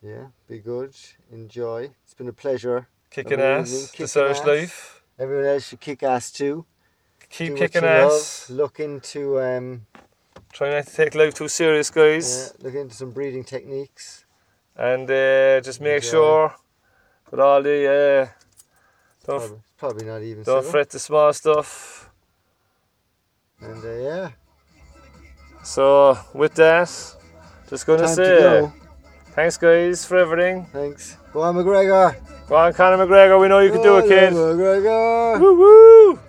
[SPEAKER 2] Yeah, be good. Enjoy. It's been a pleasure.
[SPEAKER 1] Kicking
[SPEAKER 2] Have a good
[SPEAKER 1] ass,
[SPEAKER 2] evening.
[SPEAKER 1] the
[SPEAKER 2] Kicking
[SPEAKER 1] Irish
[SPEAKER 2] ass.
[SPEAKER 1] life.
[SPEAKER 2] Everyone else should kick ass too.
[SPEAKER 1] Keep
[SPEAKER 2] Do what
[SPEAKER 1] kicking
[SPEAKER 2] you
[SPEAKER 1] ass.
[SPEAKER 2] Love. Look into um,
[SPEAKER 1] Try not to take life too serious,
[SPEAKER 2] yeah,
[SPEAKER 1] guys.
[SPEAKER 2] look into some breeding techniques.
[SPEAKER 1] And uh, just make
[SPEAKER 2] Enjoy.
[SPEAKER 1] sure that all the uh, don't
[SPEAKER 2] Probably, probably not even.
[SPEAKER 1] don't
[SPEAKER 2] civil.
[SPEAKER 1] fret the small stuff.
[SPEAKER 2] And uh, yeah,
[SPEAKER 1] So with that, just gonna
[SPEAKER 2] time to
[SPEAKER 1] say
[SPEAKER 2] go.
[SPEAKER 1] thanks, guys, for everything.
[SPEAKER 2] Thanks. Go on, McGregor.
[SPEAKER 1] Go on, Conor McGregor. We know you can do it,
[SPEAKER 2] Go on,
[SPEAKER 1] kid.
[SPEAKER 2] McGregor.
[SPEAKER 1] Woo woo!